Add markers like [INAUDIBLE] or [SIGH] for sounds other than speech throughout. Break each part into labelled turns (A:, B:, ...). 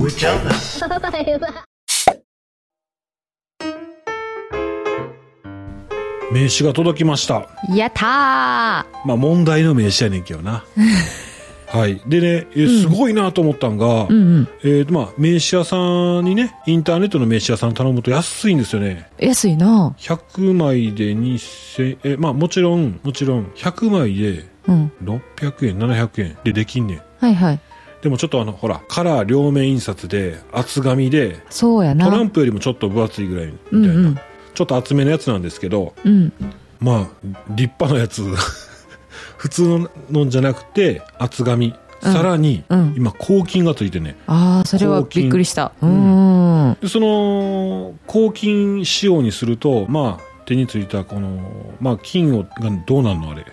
A: 植えちゃうな。
B: 名刺が届きました。
C: やったー
B: まあ問題の名刺やねんけど
C: [LAUGHS]
B: な。はい。でね、えすごいなと思ったんが、
C: うんうん。
B: えーと、まあ、名刺屋さんにね、インターネットの名刺屋さん頼むと安いんですよね。
C: 安いな
B: 100枚で2000、え、まあ、もちろん、もちろん、100枚で
C: うん。
B: 600円、700円でできんねん。
C: はいはい。
B: でもちょっとあの、ほら、カラー両面印刷で、厚紙で、
C: そうやな。
B: トランプよりもちょっと分厚いぐらいみたいな、
C: うんうん
B: ちょっと厚めのやつなんですけど、
C: うん。
B: まあ、立派なやつ。 [LAUGHS] 普通ののんじゃなくて、厚紙。さらに、
C: うん
B: 今、抗菌がついてね。
C: ああ、それは
B: 抗菌
C: びっくりした。うーん。
B: でその、抗菌仕様にすると、まあ、手についたこの、まあ、菌を、がどうなんのあれ。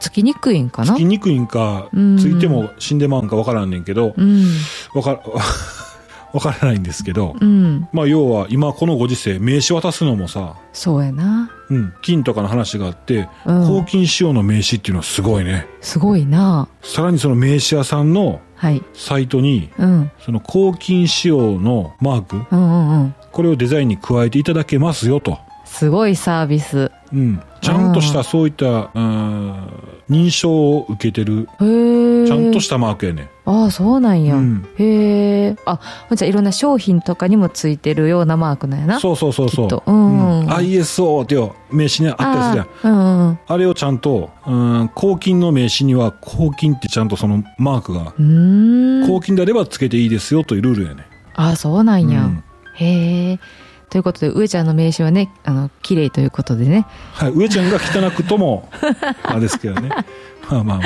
C: つきにくいんかな
B: つきにくいんか、
C: うん
B: ついても死んでまうんかわからんねんけど
C: う、ん。
B: わから、 [LAUGHS] わからないんですけど、
C: うん。
B: まあ、要は、今このご時世、名刺渡すのもさ、
C: そうやな。
B: うん、菌とかの話があって、
C: うん
B: 抗菌仕様の名刺っていうのはすごいね。
C: すごいな
B: さらにその名刺屋さんの
C: はい。
B: サイトに、
C: うん。
B: その抗菌仕様のマーク、
C: うんうんうん。
B: これをデザインに加えていただけますよと。
C: すごいサービス。
B: うん。ちゃんとしたそういった、うん、認証を受けてる、
C: へえ。
B: ちゃんと
C: し
B: したマークやね。
C: ああ、そうなんや。
B: うん
C: へえ。あ、じゃあいろんな商品とかにもついてるようなマークなんやな。
B: そうそうそうそ
C: きっと
B: う。
C: うん
B: うん ISO ってよ、名刺ね、あったりするやん。
C: あーうんうん
B: あれをちゃんと、うん、抗菌の名刺には、抗菌ってちゃんとそのマークが、
C: うん。うーん。
B: 抗菌であればつけていいですよというルールやね。
C: ああ、そうなんや。
B: うん
C: へえ。ということで、上ちゃんの名刺はね、あの、綺麗ということでね。
B: はい、上ちゃんが汚くと
C: [LAUGHS]
B: も、あれですけどね。まあまあまあ。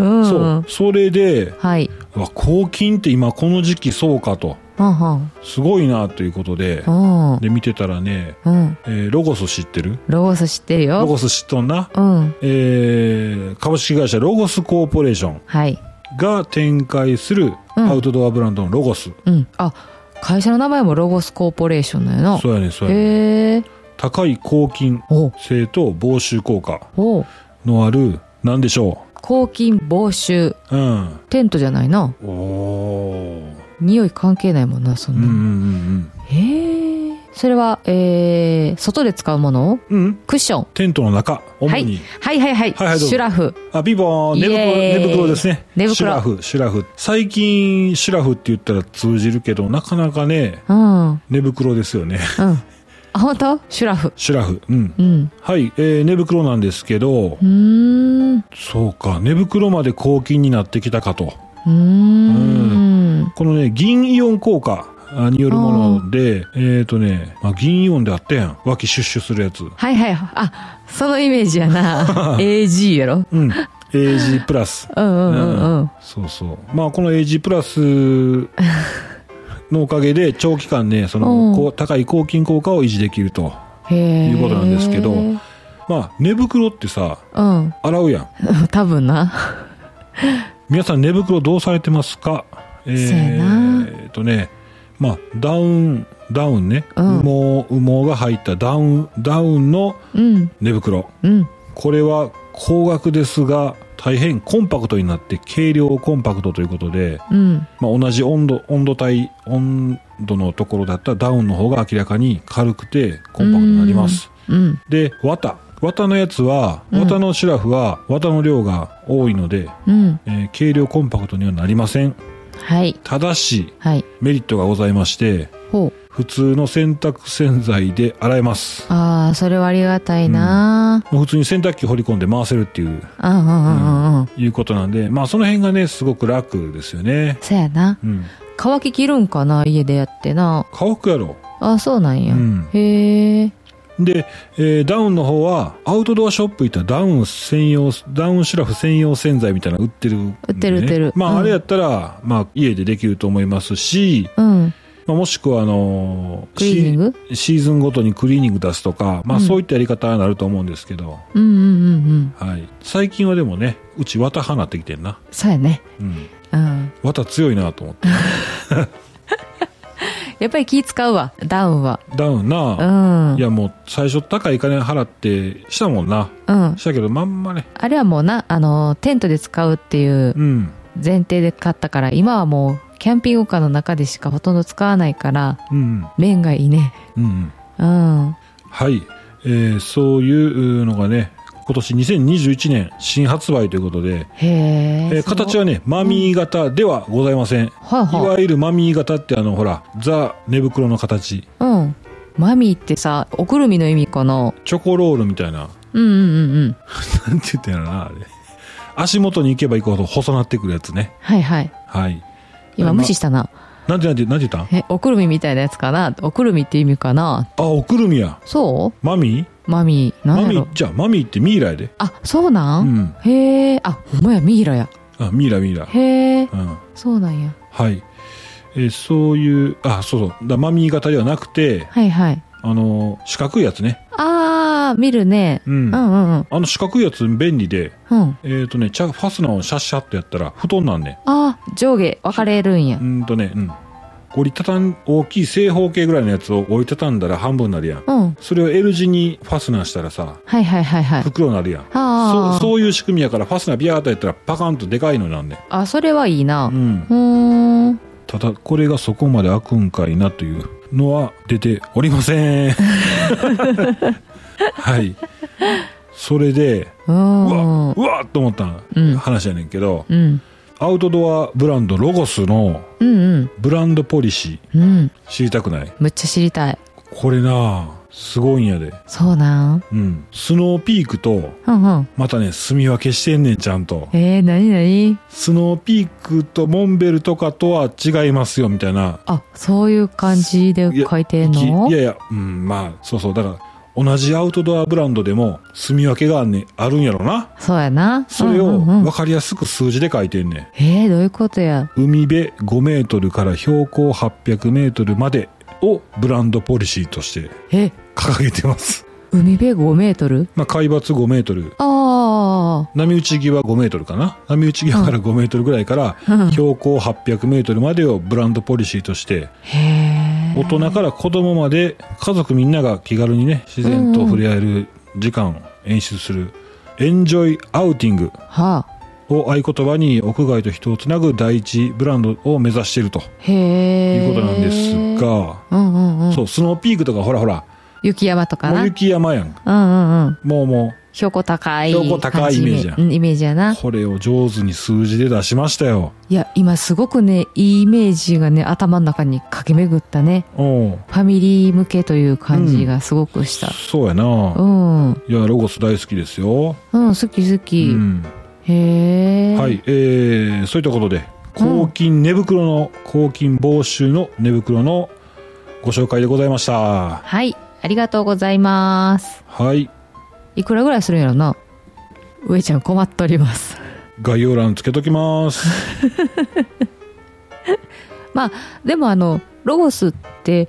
C: うん。
B: そう。それで、
C: はい。
B: うわ抗菌って今この時期そうかと。
C: うんうん。
B: すごいなということで
C: う、ん。
B: で見てたらね、
C: うん。
B: えーロゴス知ってる
C: ロゴス知ってるよ。
B: ロゴス知っとんな。
C: うん。
B: えー株式会社ロゴスコーポレーション
C: はい。
B: が展開する
C: うん
B: アウトドアブランドのロゴス。
C: うん。あ、会社の名前もロゴスコーポレーションだよな。
B: そうやね、そうやね。
C: へえ。
B: 高い抗菌
C: お、
B: 性と防臭効果
C: お、
B: のある、なんでしょ
C: 抗菌防臭。
B: う。うん。
C: テントじゃないな。
B: おー。
C: 匂い関係ないもんな、そ
B: うん
C: ん
B: うん
C: な。
B: うん
C: へえ。それは、えー、外で使うもの
B: うん。うん。
C: クッション。
B: テントの中、主
C: はい
B: に。。
C: はいはいはい。
B: はいはいどうぞ
C: シュラフ。
B: あ、ビボーン、
C: イ
B: 寝袋、
C: エーイ
B: 寝袋ですね。
C: 寝袋
B: シュラフ、シュラフ。最近、シュラフって言ったら通じるけど、なかなかね、
C: うん。うん。
B: 寝袋ですよね。 [LAUGHS]
C: あ、本当？シュラフ。
B: シュラフ。うん。
C: うん。
B: はい、えー、寝袋なんですけど
C: う、ーん。う
B: そうか、寝袋まで抗菌になってきたかと。
C: ーん。
B: このね、銀イオン効果あによるもので、えっ、ー、とね、まあ、銀イオンであったやん。脇シュッシュするやつ。
C: はいはい。あ、そのイメージ
B: [LAUGHS]
C: やな。AG やろ。 [LAUGHS]
B: うん。AG プラス。
C: うんうんうんうん。
B: そうそう。まあ、この AG プラス
C: [LAUGHS]
B: のおかげで、長期間ね、そ
C: うん
B: の、こう高い抗菌効果を維持できると。
C: へえ。
B: いうことなんですけど
C: うん。
B: まあ、寝袋ってさ、洗うやん。
C: [LAUGHS] 多分な。
B: 皆さん寝袋どうされてますかえ
C: そうやな
B: えーとね、まあ、ダウン、ダウンね、
C: うん
B: 羽毛、羽毛が入ったダウン、ダウンの
C: うん。
B: 寝袋。
C: うん。
B: これは高額ですが、大変コンパクトになって、軽量コンパクトということで、
C: うん。
B: まあ、同じ温度、温度帯、温度のところだったらダウンの方が明らかに軽くてコンパクトになります。
C: うん。
B: で、綿。綿のやつは、
C: うん
B: 綿のシュラフは綿の量が多いので、
C: うん。
B: えー軽量コンパクトにはなりません。
C: はい。
B: ただし、
C: はい。
B: メリットがございまして、
C: ほう。
B: 普通の洗濯洗剤で洗えます。
C: ああ、それはありがたいな。
B: もう普通に洗濯機掘り込んで回せるっていう、
C: うんうんうんうんうん。
B: いうことなんで、まあその辺がね、すごく楽ですよね。
C: そやな。
B: うん。
C: 乾ききるんかな家でやってな。
B: 乾くやろ。
C: ああ、そうなんや。
B: うん
C: へえ。
B: で、えーダウンの方は、アウトドアショップ行ったらダウン専用、ダウンシュラフ専用洗剤みたいなの売ってるんでね、
C: 売ってる売ってる
B: ま
C: うん
B: あ、あれやったら、まあ、家でできると思いますし、
C: うん。
B: まあ、もしくは、あの
C: クリーニング
B: シシーズンごとにクリーニング出すとか、まあ、
C: うん
B: そういったやり方になると思うんですけど、
C: うんうんうんうん。
B: はい。最近はでもね、うち綿放ってきてんな。
C: そうやね。
B: うん。
C: うん。
B: 綿強いなと思って。
C: やっぱり気使うわ。ダウンは。
B: ダウン
C: う
B: な、
C: ん。
B: いや、もう、最初高い金払ってしたもんな。
C: うん。
B: したけど、まんまね。
C: あれはもうな、あの、テントで使うっていう
B: うん。
C: 前提で買ったから、今はもうキャンピングカーの中でしかほとんど使わないから
B: うん
C: 麺がいいね
B: うんうんうん
C: うん
B: はい、えーそういうのがね今年2021年新発売ということで、
C: へ
B: え
C: え
B: ー形はねマミー型ではございません、
C: はい
B: い
C: は
B: わゆるマミー型ってあのほらザ寝袋の形
C: いうんマミーってさおくるみの意味かな
B: チョコロールみたいな
C: うんうんうんうん
B: なんて言ったんやろなあれ足元に行けば行くほど細なってくるやつね
C: はいはい
B: はい
C: 今
B: ま
C: 無視したな、
B: なんてなんてなんて言ったん
C: えおくるみみたいなやつかなおくるみって意味かな
B: あおくるみや
C: そ
B: マミー
C: うマミーなん
B: マ
C: や
B: ミ
C: ろ
B: ーじゃあマミーってミイラやで
C: あそうな、
B: うんん
C: へえあほんまやミイラや
B: あミイラミイラ
C: へえ
B: うん
C: そうなんや
B: はい、えーそういうあそうそうだマミー型ではなくて
C: はいはい
B: あのー四角いやつね
C: あー見るね、
B: う、
C: うんん、うんうん
B: あの四角いやつ便利で
C: うん
B: えっ、とねチャファスナーをシャッシャッとやったら布団なんね
C: あー上下分かれるんや
B: うーんとねうん折りたたん大きい正方形ぐらいのやつを折りたたんだら半分になるやん
C: うん
B: それを L 字にファスナーしたらさ
C: はいはいはいはい
B: 袋になるやん
C: あ
B: そ
C: あ
B: うそういう仕組みやからファスナービャーっとやったらパカンとでかいのになんね
C: あそれはいいな
B: う
C: うんーん
B: ただこれがそこまで開くんかいなというのは出ておりま
C: [LAUGHS]
B: せんはいそれで
C: う
B: うわ
C: ん
B: うわっと思った
C: うん
B: 話やねんけど、
C: うん
B: アウトドアブランドロゴスの
C: うん
B: ブランドポリシ
C: うんうん
B: ー知りたくない
C: むっちゃ知りたい
B: これなあすごいんやで
C: そうなん
B: うんスノーピークと
C: うんうん
B: またね住み分けしてんねんちゃんと
C: えー、なになに
B: スノーピークとモンベルとかとは違いますよみたいな
C: あそういう感じで書いてんの
B: いやいや、うん、まあ、そうそう、だから、同じアウトドアブランドでも、住み分けがあんねあるんやろな。
C: そうやな
B: それ
C: う
B: を
C: んうんうん
B: 分かりやすく数字で書いてんね
C: えー、どういうことや
B: ん。海辺5メートルから標高800メートルまでをブランドポリシーとして
C: え
B: 掲げてます。 [LAUGHS]
C: 海辺5メートル
B: まあ、海抜5メートル。
C: ああ
B: 波打ち際5メートルかな波打ち際から5メートルぐらいから
C: うん
B: 標高800メートルまでをブランドポリシーとして
C: へえ
B: 大人から子供まで家族みんなが気軽にね自然と触れ合える時間を演出する「エンジョイアウティング
C: はあ」
B: を合言葉に屋外と人をつなぐ第一ブランドを目指していると
C: へ
B: い
C: え
B: うことなんですが、
C: うんうんうん
B: そうスノーピークとかほらほら
C: 雪山とか
B: も
C: な
B: う
C: うん
B: 雪山やん
C: うんうん
B: もうも
C: 標高高い
B: 標高高いイメージや
C: うんイメージやな
B: うこれを上手に数字で出しましたよ
C: いや今すごくねいいイメージがね頭の中に駆け巡ったね
B: うん
C: ファミリー向けという感じがすごくした
B: そうやな
C: うんうん、
B: いやロゴス大好きですよ、
C: 好き好
B: う
C: き、
B: ん、
C: へえ
B: はい、えー、そういったことで、抗菌寝袋の、抗菌防臭の寝袋のご紹介でございました。
C: はいありがとうございます
B: はい、
C: いくらぐらいするんやろな上ちゃん困っております
B: 概要欄つけときます。
C: まあでもあのロゴスって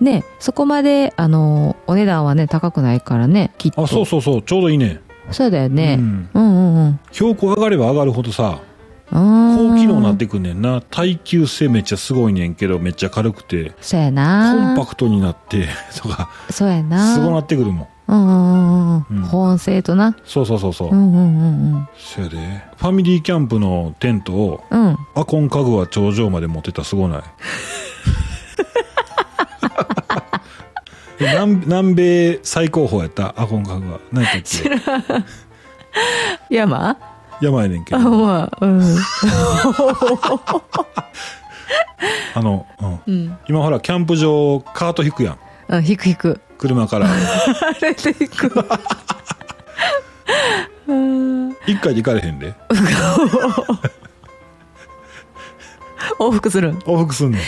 C: ねそこまであのお値段はね高くないからねきっと
B: あ、そうそうそう、ちょうどいいね。
C: そうだよね、
B: うん。
C: うんうんうん。
B: 標高上がれば上がるほどさ、
C: 高
B: 高機能になってくんねんな。耐久性めっちゃすごいねんけど、めっちゃ軽くて、
C: そうや
B: コ
C: な。
B: ンパクトになって、 [LAUGHS] とか、
C: そうやな。
B: すごなってくるもん。
C: うんうんうん
B: う
C: うんん。保温性とな。
B: そうそうそうそう
C: う。んうんうん
B: そやで。ファミリーキャンプのテントを、
C: うん。うん。
B: アコンカグア頂上まで持ってったらすごない [LAUGHS] 南南米最高峰やったアコンカグア何やったっけ
C: 山
B: 山やねんけ
C: あ、
B: ど
C: まあ、うん。
B: あの、うん、
C: うん。
B: 今ほらキャンプ場カート引くやん
C: うん、引く引く。
B: 車から
C: [LAUGHS] あれで引く。うん
B: 一回で行かれへんで
C: 往復する今
B: 往復すんねん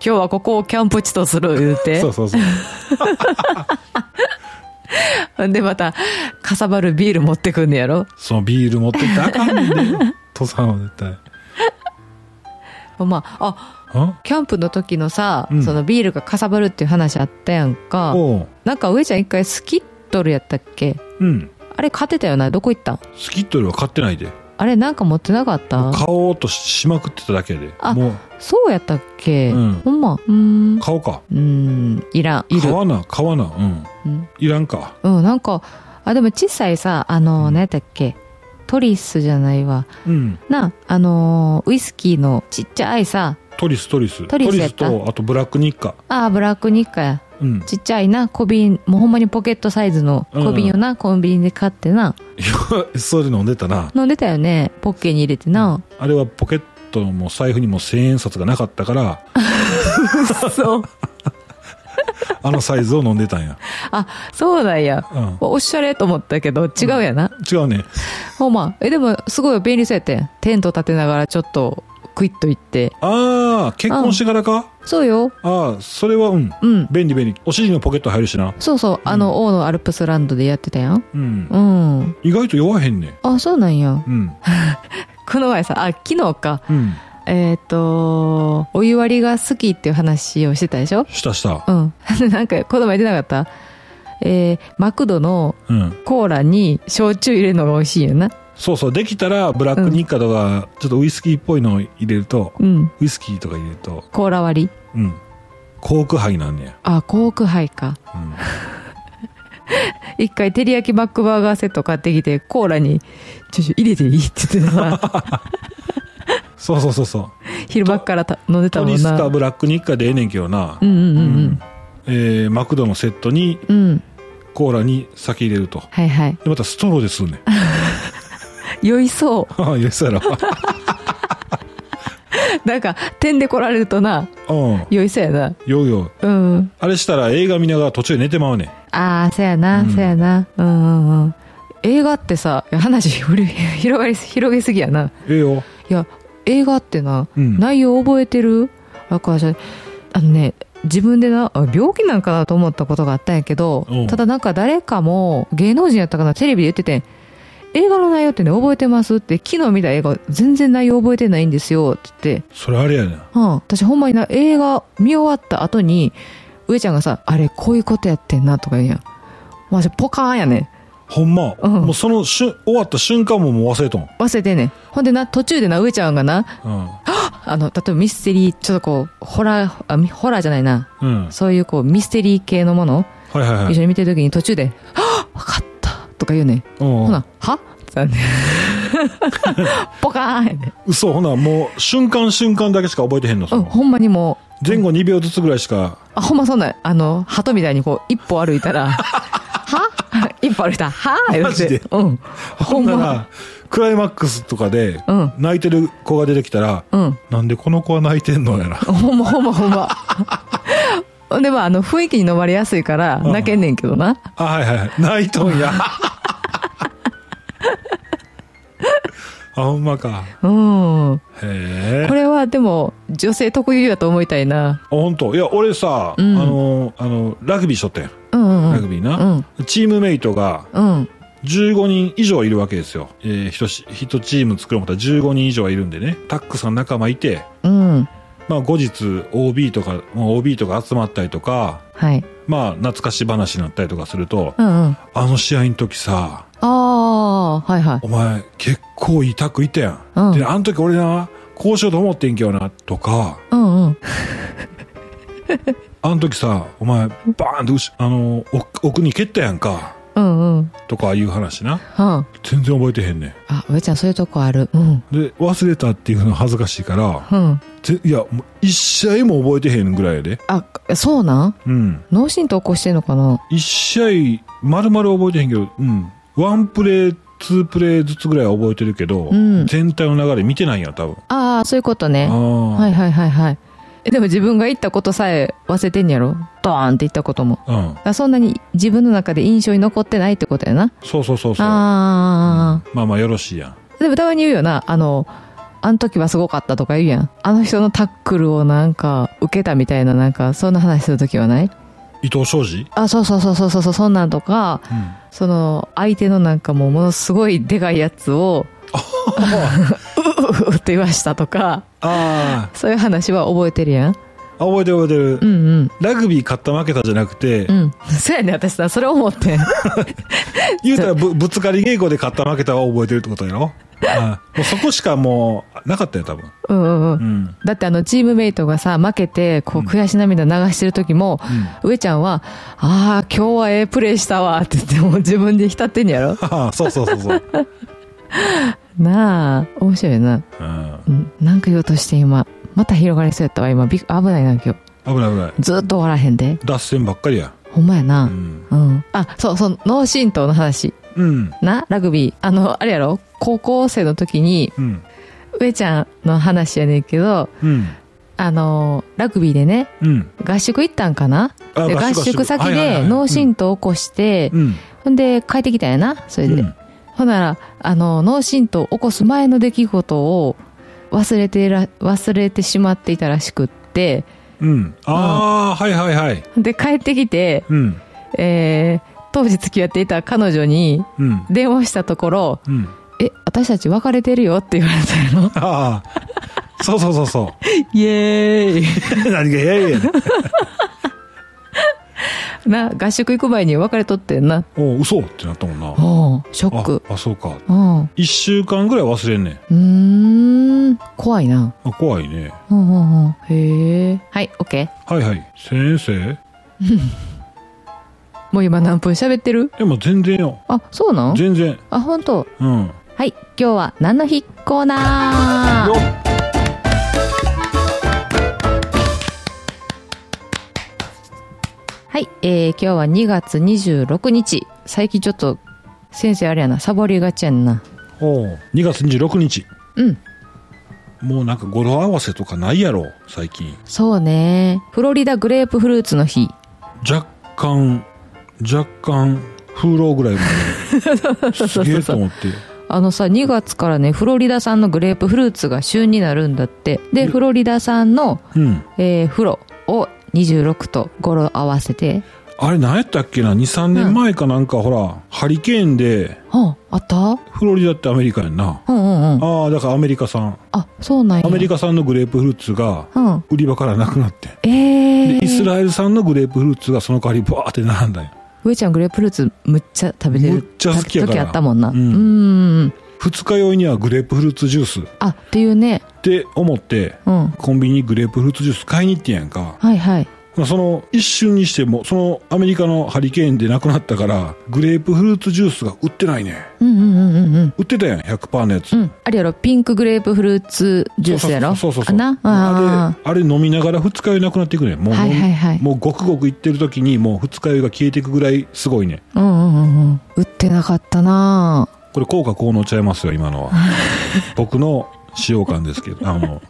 C: 日はここをキャンプ地とする言うて
B: そうそう
C: [LAUGHS]
B: そう
C: でまたかさばるビール持ってくんねやろ
B: そのビール持ってってあかんねんで
C: [LAUGHS]
B: 登山は絶対
C: まああ
B: あ
C: キャンプの時のさ、
B: うん
C: そのビールがかさばるっていう話あったやんか
B: おう
C: なんか上ちゃん一回スキットルやったっけ
B: うん
C: あれ買ってたよなどこ行ったん
B: スキットルは買ってないで
C: あれなんか持ってなかった
B: 買おうとしまくってただけやで
C: あ
B: もう
C: そうやったっけ、
B: うん
C: ほんまうーんう
B: 買おうか
C: ーんいらんい
B: 買
C: る
B: わな買わなうん
C: うん、
B: いらんか
C: うん、なんかあでも小さいさあの、
B: うん
C: 何やったっけトリスじゃないわ
B: うん
C: なあのーウイスキーのちっちゃいさ
B: トリストリス
C: トリスやった
B: とあとブラック日課
C: ああブラック日課や
B: うん [LAUGHS]
C: ちっちゃいな小瓶もうほんまにポケットサイズの小瓶をな、コンビニで買ってな
B: それ飲んでたな
C: 飲んでたよねポッケに入れてな、
B: あれはポケットのもう財布にも千円札がなかった
C: [LAUGHS]
B: から
C: そう
B: あのサイズを飲んでたんや、
C: あそうなんや
B: うん、
C: おしゃれと思ったけど違うやな、
B: 違うね
C: ほんまえでもすごい便利そうやってんテント立てながらちょっとクイッと行って
B: ああ結婚してからか、
C: そうよ
B: ああそれはうん
C: うん
B: 便利便利お尻のポケット入るしな
C: そうそうあの、王のアルプスランドでやってたやん
B: うん
C: うん
B: 意外と弱へんね
C: あそうなんや
B: うん
C: この前さあ昨日か [LAUGHS]
B: うん
C: えっ、とお湯割りが好きっていう話をしてたでしょ
B: したした
C: うん [LAUGHS] なんかこの前出なかったえー、マクドの
B: うん
C: コーラに焼酎入れるのが美味しいよな
B: そうそうできたらブラックニッカとかちょっとウイスキーっぽいのを入れると
C: うん
B: ウイスキーとか入れると
C: コーラ割り
B: うんコーク杯なんねや
C: あコークハイか
B: うん
C: 一回照り焼きバックバーガーセット買ってきてコーラに「ちょちょ入れていい?」って言って
B: [LAUGHS]
C: さ
B: そうそうそう
C: [LAUGHS]
B: そう
C: 昼間っからた飲んでた
B: ト
C: も
B: リ
C: ん
B: ス
C: な
B: か
C: う
B: ブラックニッカでええねんけどな、
C: んうんうん
B: えーマクドのセットに
C: うんうん
B: コーラに酒入れると
C: はいはい
B: でまたストローです
C: [LAUGHS]
B: んねん
C: 酔いそ
B: ああよしたら
C: うなんか点で来られるとな
B: うん
C: 酔いそうやな
B: ようよう
C: うん
B: あれしたら映画見ながら途中で寝てまうねん
C: ああそうやな、
B: うん
C: そうやなうんうんうん映画ってさいや話 [LAUGHS] ふり広がり広げすぎやな
B: ええよ
C: いや映画ってな、
B: うん
C: 内容覚えてるだからじゃあのね自分でなあ病気なんかなと思ったことがあったんやけど
B: うん
C: ただなんか誰かも芸能人やったかなテレビで言ってて映画の内容ってね覚えてますって昨日見た映画全然内容覚えてないんですよって言って
B: それあれやな
C: うん、私ほんまにな映画見終わった後に上ちゃんがさ「あれこういうことやってんな」とか言うやんまあ、じゃあポカーンやねん
B: ほんま、
C: うん
B: もうその瞬終わった瞬間ももう忘れとん、
C: 忘れてんねんほんでな途中でな上ちゃんがな
B: うん
C: あの例えばミステリーちょっとこうホラーあみホラーじゃないな
B: うん、はい
C: そういうこうミステリー系のもの
B: はいは
C: 一
B: い
C: 緒に見てる時に途中で「はあ分かった」とか言うねん
B: うん
C: ほな「は?」ってなんね
B: [LAUGHS]
C: んポカーンやねん
B: 嘘ほなもう瞬間瞬間だけしか覚えてへんのそ
C: うん
B: の
C: ほんまにもう
B: 前後2秒ずつぐらいしか
C: あ、ほんまそんな、あの、鳩みたいにこう、一歩歩い
B: [LAUGHS]
C: たら、は一歩歩いたら、はぁ
B: マジで
C: うん。
B: ほ
C: ほ
B: ん
C: ん
B: な
C: ま。
B: らクライマックスとかで
C: うん
B: 泣いてる子が出てきたら、
C: うん。
B: なんでこの子は泣いてんのやら
C: ほんまほんまほんま。 [LAUGHS] ほんで、まあ、あの、雰囲気に飲まれやすいから、
B: うん
C: 泣けんねんけどな。
B: あはいはいはい泣いとん [LAUGHS] やあほんまか
C: うん。
B: へ [LAUGHS] え
C: これは、でも、女性特有やと思いたいな。
B: 本当いや俺さ、
C: うん
B: あのあのラグビーしとったやん
C: うんうん
B: ラ
C: う
B: グ
C: ん。
B: ビーな、チームメイトが
C: うん。
B: 15人以上いるわけですよ。えー、一し、一チーム作ろうと思ったら15人以上はいるんでね。タックさん仲間いて、
C: うん。
B: まあ後日 OB とか、まあ OB とか集まったりとか、
C: はい。
B: まあ懐かし話になったりとかすると、
C: うんうん。あ
B: あの試合の時さ、
C: あー、はいはい。
B: お前結構いいタックいたやん。
C: うん
B: で、あの時俺な、こうしようと思ってんけどな、とか、
C: うんうん。
B: あの時さ、お前バーンってうし、あの、奥奥に蹴ったやんか、
C: うんうん。うん。
B: とかいう話な。
C: あ、
B: 全然覚えてへんね
C: 上ちゃんそういうとこある。うん。
B: ん。で、忘れたっていうの恥ずかしいから、
C: うん。
B: ぜいやもう一試合も覚えてへんぐらいやで
C: あ、そうなん
B: うん
C: 脳震盪起こしてんのかな
B: 一試合丸々覚えてへんけどうんワンプレーツープレーずつぐらいは覚えてるけど、
C: うん
B: 全体の流れ見てないんや多分
C: ああ、そういうことね。
B: ああ
C: はいはいはいはい。え、でも自分が言ったことさえ忘れてんやろドーンって言ったことも。だ
B: うん
C: からそんなに自分の中で印象に残ってないってことやな。
B: そうそうそうそう
C: あ
B: まあまあよろしいやん
C: あ。でもたまに言うよな。あの、あの時はすごかったとか言うやん。あの人のタックルをなんか受けたみたいななんか、そんな話するときはない
B: 伊藤昌司
C: あ、そうそうそうそうそうそう、そんなんとか、
B: うん
C: その、相手のなんかもうものすごいでかいやつを、 [LAUGHS] ううううって言わしたとか、
B: ああ
C: そういう話は覚えてるやん。
B: 覚えてる覚えてる、
C: うんうん。
B: ラグビー勝った負けたじゃなくて、
C: うん。そうやね、私さ、それ思ってん。
B: 言うたらぶぶつかり稽古で勝った負けたは覚えてるってことやろああもうそこしかもうなかったよ多分
C: うんうんう。
B: うんん
C: だってあの、チームメイトがさ、負けて、こう、悔し涙流してる時も、上ちゃんは、ああ、今日はええプレーしたわ、って言って、もう自分で浸ってんや [LAUGHS] ろ
B: ああそうそうそう
C: [LAUGHS]
B: そう、
C: なあ、面白いな。
B: うん
C: うん。なんか言おうとして今、また広がりそうやったわ今びっ危ないな今日
B: 危ない危ない
C: ずーっと終わらへんで
B: 脱線ばっかりや
C: ほんまや
B: う
C: な、うん
B: ん、
C: あそうそう脳震盪の話
B: うん
C: なラグビーあのあれやろ高校生の時に
B: うん
C: 上ちゃんの話やねんけど
B: うん
C: あのラグビーでね
B: うん
C: 合宿行ったんかな
B: あ
C: で合宿先で脳震盪起こして、
B: うん
C: ほんで帰ってきたんやなそれ
B: う
C: で、
B: ん
C: ほんならあの脳震盪起こす前の出来事を忘れてら忘れてしまっていたらしくって
B: うんああはいはいはい
C: で帰ってきて、
B: うん
C: えー当時付き合っていた彼女に
B: うん
C: 電話したところ
B: うん
C: 「え私たち別れてるよ」って言われたの
B: ああそうそうそう [LAUGHS] そ
C: [LAUGHS] イエーイ
B: う何がやいやねん
C: [LAUGHS] な合宿行く前に別れとってんな
B: おう嘘ってなったもんな
C: おうショック
B: ああそうか
C: うんう
B: 一週間ぐらい忘れんねん
C: ーん怖いな
B: あ怖いね
C: うんうんうんへえはい OK
B: はいはい先生
C: もう今何分喋ってる
B: でも全然よ
C: あそうなん
B: 全然
C: あ本当。
B: うんよ
C: はい今日は何の日コーナー
B: っ
C: はい、えー、今日は2月26日最近ちょっと先生あれやなサボりがちやんな
B: おう2月26日
C: うん
B: もうなんか語呂合わせとかないやろ最近
C: そうねフロリダグレープフルーツの日
B: 若干若干風浪ぐらい
C: [LAUGHS]
B: まですげえと思って
C: あのさ2月からねフロリダ産のグレープフルーツが旬になるんだってで
B: うん
C: フロリダ産の、
B: うん
C: えー、フロを26と語呂合わせて
B: あれ何やったっけな23年前かなんか、ほらハリケーンで
C: うんあった
B: フロリダってアメリカやんな
C: うんうんうん
B: ああだからアメリカ産
C: あそうなんや
B: アメリカ産のグレープフルーツが
C: うん
B: 売り場からなくなってん
C: え
B: でイス
C: ー、
B: ラエル産のグレープフルーツがその代わりバーって並んだんよ
C: 上ちゃんグレープフルーツむっちゃ食べて
B: むっ
C: る
B: ちゃ好きやから
C: 時あったもんな
B: う
C: うんんうん
B: 二日酔いにはグレープフルーツジュースっ
C: あっていうね
B: て思って
C: うん
B: コンビニにグレープフルーツジュース買いに行ってんやんか
C: はいはい
B: まあその一瞬にしてもそのアメリカのハリケーンでなくなったからグレープフルーツジュースが売ってないね
C: うんうんうんうんうん
B: 売ってたやん100%のやつ、
C: うん、あれやろピンクグレープフルーツジュースやろ
B: そうそうそうそう
C: あな
B: あれ
C: あ
B: あれ飲みながら二日酔いなくなっていくねんもう,、
C: はいはいはい
B: もうごくごくいってる時にもう二日酔いが消えていくぐらいすごいね
C: あうんうんうんうん売ってなかったな
B: これ効果効能ちゃいますよ今のは僕の使用感ですけどあの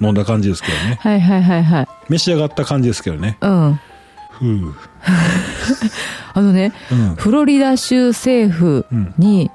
B: 飲んだ感じですけどね
C: はいはいはいはい
B: 召し上がった感じですけどね
C: うん
B: ふう
C: あのね
B: うん
C: フロリダ州政府
B: うん
C: に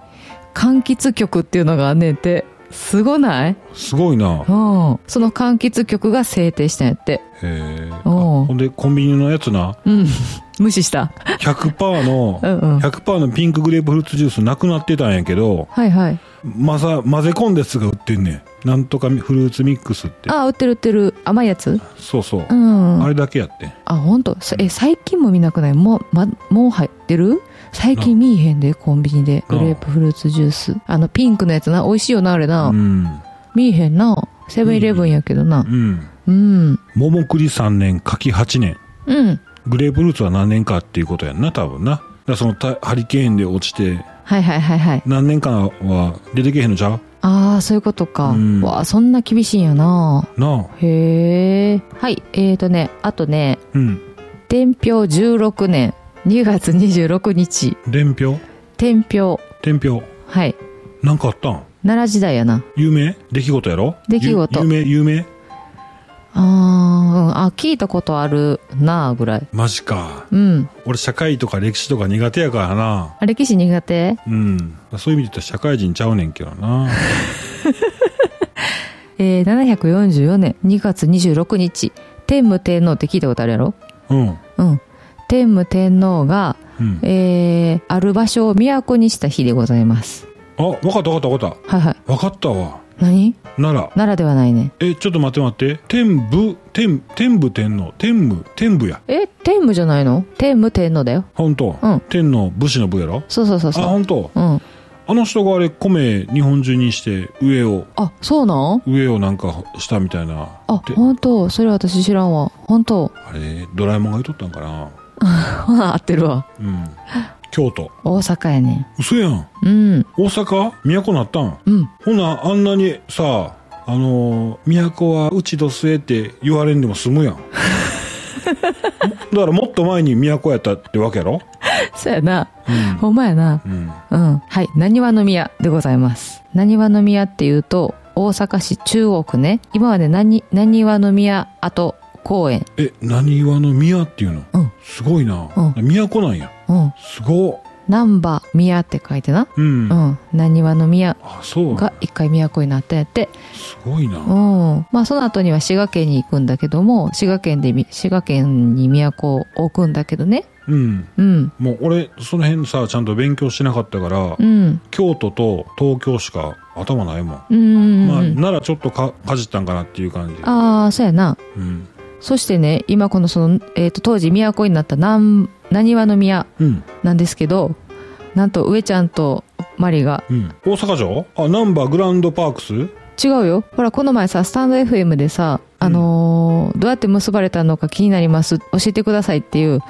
C: 柑橘局っていうのがあんねんてすごない
B: すごいな
C: うんその柑橘局が制定したんやって
B: へえあ
C: おう
B: ほんでコンビニのやつな
C: うん [LAUGHS] 無視した
B: 100%の
C: うんうん
B: 100%のピンクグレープフルーツジュースなくなってたんやけど、
C: はいはい
B: まさ、混ぜ込んだやつが売ってんねん。なんとかフルーツミックスって。
C: あ売ってる売ってる甘いやつ
B: そうそう
C: う。ん
B: あれだけやって。
C: あ本当そえ最近も見なくないもう、ま、もう入ってる最近見えへんでコンビニでグレープフルーツジュースあのピンクのやつな美味しいよなあれな、
B: うん。
C: 見えへんなセブンイレブンやけどな
B: うん。
C: うん
B: 桃栗3年、柿8年。
C: うん
B: グレープフルーツは何年かっていうことやんな、多分な。だからそのたハリケーンで落ちて、
C: はいはいはいはい
B: 何年間は出てけへんのちゃう
C: ああそういうことか、
B: うん
C: わあそんな厳しいんやな
B: なあ。
C: へえはいえーとねあとね
B: うん。
C: 天平16年2月26日
B: 伝票
C: 天平
B: 伝票
C: はい
B: なんかあったん
C: 奈良時代やな
B: 有名出来事やろ
C: 出来
B: ゆ
C: 事
B: 有名有名
C: あーうんあ聞いたことあるなあぐらい
B: マジか。
C: うん
B: 俺社会とか歴史とか苦手やからな。
C: あ歴史苦手
B: うん。そういう意味で言ったら社会人ちゃうねんけどな。
C: えー、744年2月26日天武天皇って聞いたことあるやろ
B: うん。
C: うん天武天皇が、
B: うん。
C: えー、ある場所を都にした日でございます
B: あ、わかったわかったわかっ
C: はいはい
B: た。わかったわ。
C: 何
B: 奈
C: 奈良ではないね
B: 良。え、ちょっと待って待って。天武、天、天武天皇。天武、天武や。
C: え天武じゃないの天武天皇だよ
B: 本当。
C: うん
B: 天皇、武士の武やろ
C: そうそうそう
B: あ、
C: そう
B: 本当。
C: うん
B: あの人があれ、米日本中にして、上を、
C: あそうなん
B: 上をなんかしたみたいな。
C: あ
B: で
C: 本当それ私知らんわ本当
B: あれ、ドラえもんが言うとったんかな。
C: ほ [LAUGHS] な合ってるわ
B: うん。京都。
C: 大阪やね
B: 嘘やん。
C: うん
B: 大阪都なったん
C: うん
B: ほな、あんなにさ、あのー都はうちどすえって言われんでも済
C: [LAUGHS]
B: むやんもだからもっと前に都やったってわけやろ
C: そうやな。
B: うん
C: ほんまやな。
B: うん
C: うん。はい。何わの宮でございます。何わの宮っていうと、大阪市中央区ね。今はね、何、何わの宮跡公園。
B: え何岩の宮っていうの、
C: うん
B: すごいな、
C: う
B: 都なんや
C: うん。
B: すごっ
C: 難波宮って書いてな。
B: うん、
C: うん。何わの宮
B: あそう
C: が一回都になったんやって。
B: すごいな、
C: うん。まあ、その後には滋賀県に行くんだけども、滋賀県でみ、滋賀県に都を置くんだけどね。
B: うん
C: うん。
B: もう俺その辺さちゃんと勉強してなかったから、
C: うん。
B: 京都と東京しか頭ないもん、
C: うんうん
B: まあ、
C: うん。
B: ならちょっとかかじったんかなっていう感じ、
C: ああ、そうやな。
B: うん
C: そしてね、今このその、えっ、と、当時都になった南、何わの宮
B: うん
C: なんですけど、なんと上ちゃんとマリが、
B: うん、大阪城あナンバーグランドパークス
C: 違うよ。ほら、この前さ、スタンド FM でさ、あのーどうやって結ばれたのか気になります、教えてくださいっていう、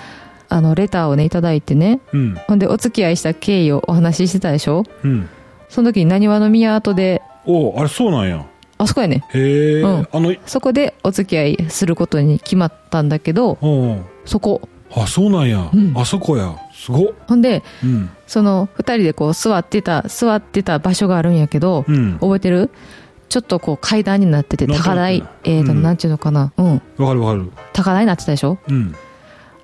C: あの、レターをね、いただいてね。
B: うん
C: ほんで、お付き合いした経緯をお話ししてたでしょ
B: うん
C: その時に何わの宮跡で、
B: おうあれそうなんや
C: あそこやね。
B: へえ、
C: うん
B: あの
C: そこでお付き合いすることに決まったんだけど、
B: おう
C: そこ。
B: あそうなんや、
C: うん
B: あそこやすごっ
C: ほんで、
B: うん
C: その二人でこう座ってた座ってた場所があるんやけど、
B: うん
C: 覚えてるちょっとこう階段になってて
B: なんとな
C: 高
B: く
C: 台えーと、
B: うん
C: なんていうのかなうん
B: わかるわかる
C: 高台になってたでしょ
B: うん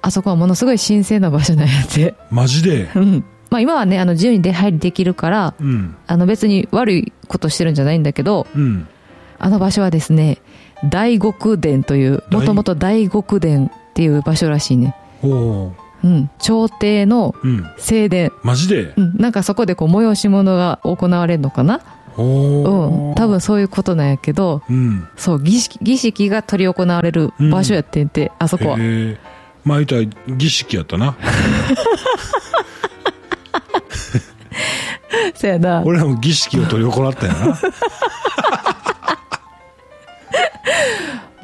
C: あそこはものすごい神聖な場所なんやって
B: マジで
C: うんまあ今はねあの自由に出入りできるから
B: うん
C: あの別に悪いことしてるんじゃないんだけど
B: うん
C: あの場所はですね大極殿という
B: 大
C: もともと大極殿っていう場所らしいね
B: おお
C: うん朝廷の
B: ううん
C: 正殿
B: マジで
C: うん、なんかそこでこう催し物が行われるのかな
B: おお
C: うん、多分そういうことなんやけど、
B: うん
C: そう、儀式、儀式が執り行われる場所やってんて、あそこは。
B: へえまあ言ったら儀式やったな
C: [LAUGHS] そやな。
B: 俺らも儀式を取り行ったんやな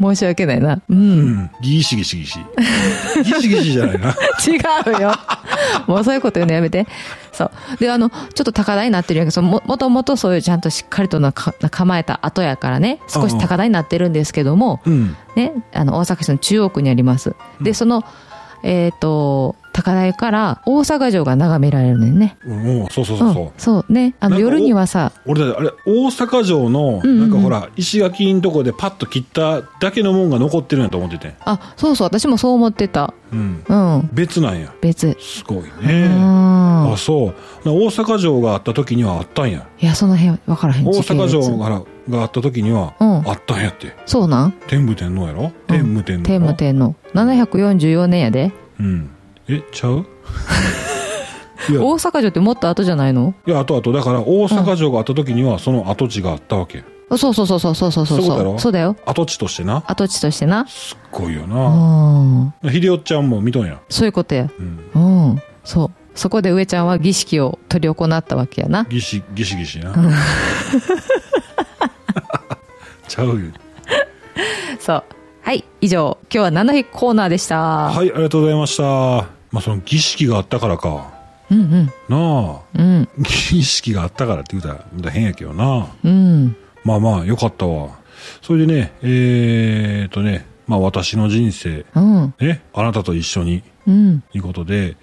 C: 申し訳ないな。うん。
B: う
C: 違
B: ん儀式儀式儀式儀式儀式じゃないな
C: うよ。 [LAUGHS] もうそういうこと言うのやめて。そう。で、あの、ちょっと高台になってるんやけど、そのももともとそういうちゃんとしっかりとなかな構えた後やからね、少し高台になってるんですけども、
B: うん
C: ね、あの、大阪市の中央区にあります。で、その、えっ、と、高台から大阪城が眺められるのよね。
B: うんおうそうそうそうそう、
C: ん、そうね。あの、
B: なんかお
C: 夜にはさ、
B: 俺だってあれ大阪城の
C: うんうん
B: なんかほら石垣んとこでパッと切っただけのもんが残ってるんやと思ってて、
C: あそうそう私もそう思ってた
B: うん、
C: うん
B: 別なんや
C: 別
B: すごいね、
C: うん
B: あそうな大阪城があった時にはあったんや
C: いやその辺分からへん
B: 大阪
C: 時系列
B: 城ががあった時には
C: うん
B: あったんやって
C: そうなん
B: 天武天皇やろ天武天皇
C: 天武天皇744年やで
B: うんえちゃ
C: [LAUGHS]
B: ういや
C: 大阪城ってもっと後じゃないの
B: いやあとあとだから大阪城があった時にはその跡地があったわけ
C: あそうそうそうそうそうそうそう
B: そうだろ
C: そうだよ
B: 跡地としてな
C: 跡地としてな
B: すっごいよ
C: う
B: なん秀夫ちゃんも見とんや、
C: そういうことや
B: うん、
C: うんそうそこで上ちゃんは儀式を執り行ったわけやな
B: ギシギシギシな [LAUGHS] ちゃうよ
C: そうはい以上今日は7日コーナーでした
B: はいありがとうございましたまあその儀式があったからか
C: うん
B: なあ
C: うんうん
B: 儀式があったからって言うたらまた変やけどな
C: うん
B: まあまあよかったわそれでねえー、っとねまあ私の人生
C: うん
B: ねあなたと一緒に
C: うん
B: ということで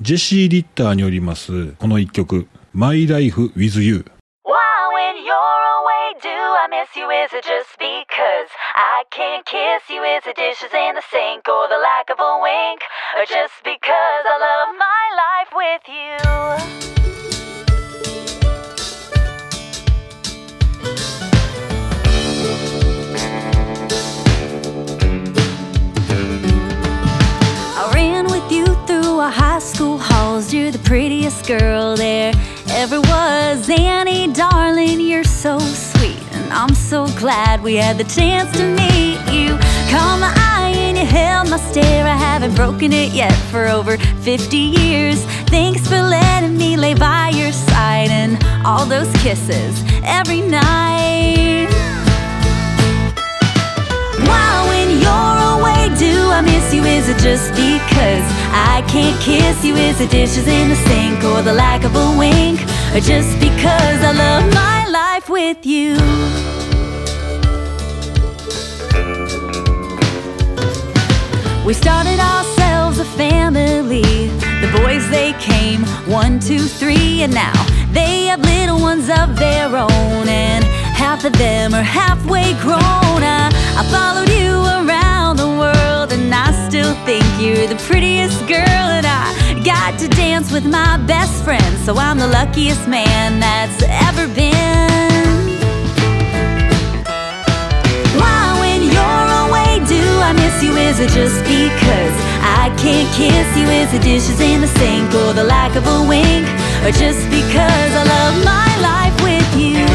B: ジェシー・リッターによりますこの一曲「My Life with You
A: Why, when you're away, do I miss you? Is it just because I can't kiss you? Is it dishes in the sink or the lack of a wink? Or just because I love my life with you? I ran with you through our high school halls. You're the prettiest girl there ever was. Annie, darling, you're so sweet. And I'm so glad we had the chance to meet you. Caught my eye and you held my stare. I haven't broken it yet for over 50 years. Thanks for letting me lay by your side and all those kisses every night. Why, when you're away, do I miss you? Is it just because I can't kiss you? Is it dishes in the sink or the lack of a wink? Or just because I love my life with you? We started ourselves a family. The boys, they came one, two, three, and now they have little ones of their own. And half of them are halfway grown. I, I followed you around the world, and I still think you're the prettiest girl. And I got to dance with my best friend, so I'm the luckiest man that's ever been. Why, when you're away, do I miss you? Is it just because I can't kiss you? Is it dishes in the sink or the lack of a wink? Or just because I love my life with you?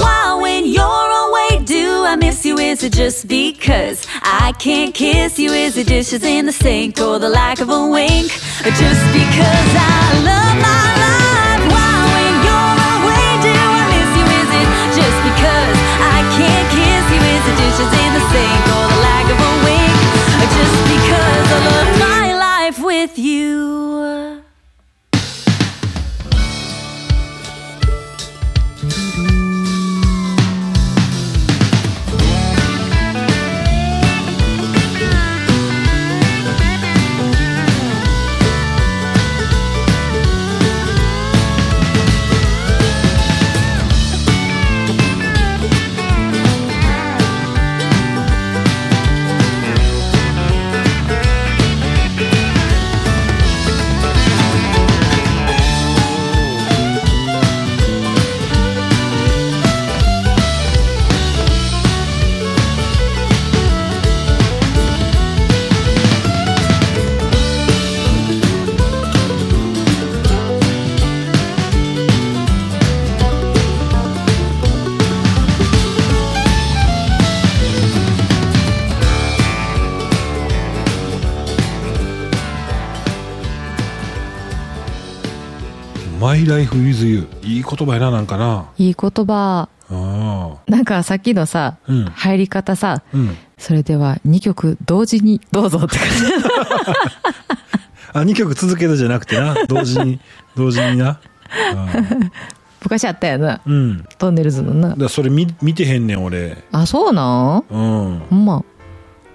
A: Why, when you're away, do I miss you? Is it just because I can't kiss you? Is it dishes in the sink or the lack of a wink? Or just because I love my life? Why, when you're away, do I miss you? Is it just because I can't kiss you? Is it dishes in the sink or the lack of a wink? Or just because I love my life with you?
B: My Life with You。いい言葉やな、なんかな。
C: いい言
B: あ
C: 葉。
B: あ。
C: なんかさっきのさ、
B: うん
C: 入り方さ、
B: うん。
C: それでは2曲同時にどうぞって感じ。 [LAUGHS]
B: あ、2曲続けたじゃなくて
C: [LAUGHS]
B: な。同時に、同時にな。ああ
C: 昔あったやな。
B: うん。だか
C: トンネルズのな。
B: らそれ見見てへんねん、俺。
C: あ、そうなん
B: うん。
C: ほんま。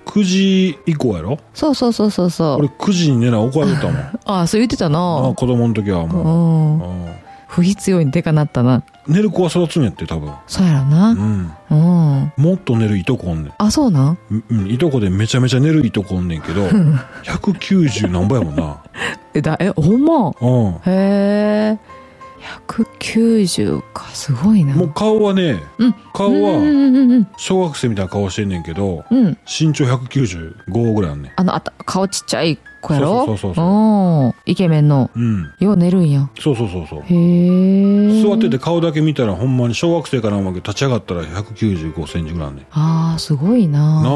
B: 9時以降やろ
C: そうそうそうそうそ
B: 俺9時に寝な怒られたもん。
C: う。 [LAUGHS] あ、そう言ってた
B: ああ
C: な。
B: 子供の時は
C: う
B: もう。
C: ん。
B: あ
C: 不必要にでかなったな。
B: あ寝る子は育つんやって、多分。
C: そうやろ
B: う
C: な。
B: ん。
C: うん。
B: もっと寝るいとこおんねん。
C: あ、そうなん
B: うん、いとこでめちゃめちゃ寝るいとこおんねんけど、190何倍やもんな。
C: え、だ、え、ほんま
B: うん。
C: へえ。190か、すごいな。
B: もう顔はね、
C: うん
B: 顔
C: うん
B: は
C: うんうんうん
B: 小学生みたいな顔してんねんけど、
C: うん。うん。
B: 身長195ぐらいあんねん。
C: あの、あた、顔ちっちゃい子やろ
B: そうそうそうそう
C: うん。イケメンの。
B: うん。
C: よう寝るんや。
B: そうそうそうそう。
C: へえ。
B: 座ってて顔だけ見たらほんまに小学生から思うけど立ち上がったら195センチぐらいあんねん。
C: ああ、すごいな。
B: なあ
C: い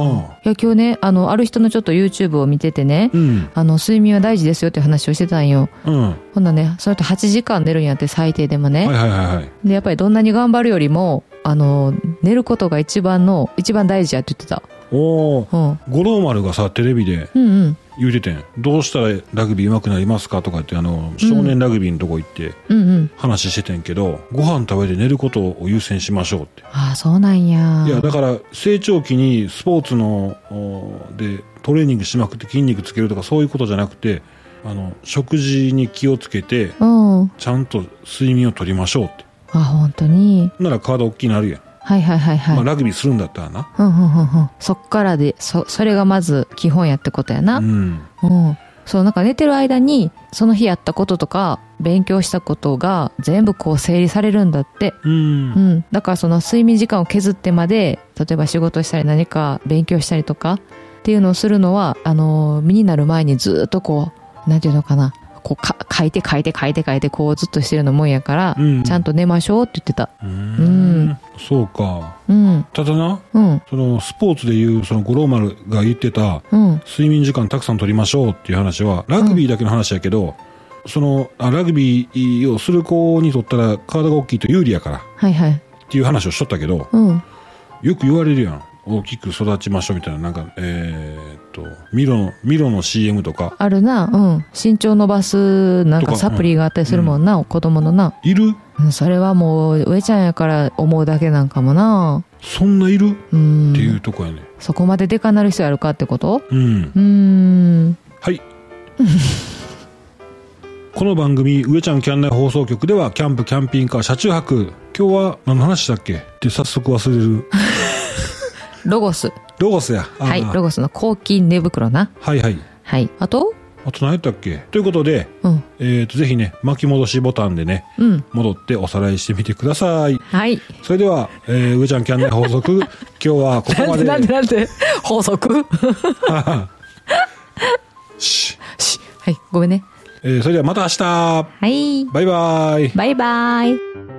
C: や、今日ね、あの、ある人のちょっと YouTube を見ててね、
B: うん。
C: あの、睡眠は大事ですよって話をしてたんよ。
B: うん。は
C: ほんなね、その後8時間寝るんやって最低でも
B: い
C: ね。
B: はいはいはい。
C: で、やっぱりどんなに頑張るよりも、あの、寝ることが一番の、一番大事やって言ってた。
B: おー。
C: うん。
B: 五郎丸がさ、テレビで
C: うんうん。
B: 言うててん。どうしたらラグビー上手くなりますかとかって、あの、少年ラグビーのとこ行って
C: うんうん。
B: 話しててんけど、ご飯食べて寝ることを優先しましょうって。
C: ああ、そうなんや。
B: いや、だから成長期にスポーツのおでトレーニングしまくって筋肉つけるとかそういうことじゃなくてあの食事に気をつけて
C: うん。あ、
B: ちゃんと睡眠をとりましょうって
C: 本当に。
B: なら体大きいなるやん、
C: はいはいはいはい。
B: まあ、ラグビーするんだったらな、
C: うんうんうんうん。そっからで、そ、それがまず基本やってことやな
B: う。ん、
C: うん。そう、なんか寝てる間に、その日やったこととか、勉強したことが全部こう整理されるんだって。
B: う
C: うんん。だからその睡眠時間を削ってまで、例えば仕事したり何か勉強したりとか、っていうのをするのは、あのー身になる前にずっとこう、なんていうのかな。こうか、書いて書いて書いて書いて、こうずっとしてるのもんやから、
B: うん
C: ちゃんと寝ましょうって言ってた。
B: う
C: うん
B: んそうか
C: うん。
B: ただな
C: うん。
B: そのスポーツでいうその五郎丸が言ってた
C: うん。
B: 睡眠時間たくさん取りましょうっていう話はラグビーだけの話やけど、そのあラグビーをする子にとったら体が大きいと有利やから
C: はいはい。
B: っていう話をしとったけど、
C: うん。
B: よく言われるやん。大きく育ちましょうみたいな、なんか、えーっと、ミロの、ミロの CM とか、
C: あるな、うん。身長伸ばす、なん
B: と
C: か
B: か
C: サプリがあったりするもんな、子供のな。
B: いる
C: うんそれはもう、上ちゃんやから思うだけなんかもな。
B: そんないる
C: う
B: っ
C: ん
B: て。いうとこやね。
C: そこまでデカなる人やるかってこと
B: うん。
C: うーん。
B: はい。この番組、上ちゃんキャン内放送局では、キャンプ、キャンピングカー、車中泊。今日は何の話したっけって早速忘れる。
C: ロゴス。
B: ロゴスや。あー
C: はい。ロゴスの抗菌寝袋な。
B: はいはい。
C: はい。あと
B: あと何やったっけということで、
C: うん。
B: えっ、と、ぜひね、巻き戻しボタンでね、
C: うん。
B: 戻っておさらいしてみてください。
C: はい。
B: それでは、えー、上ちゃんキャン内放送局、今日はここまで。
C: なんでなんで法則
B: し
C: [LAUGHS] しはい。ごめんね。
B: えーそれではまた明日
C: はい。
B: バイバイ
C: バイバイ。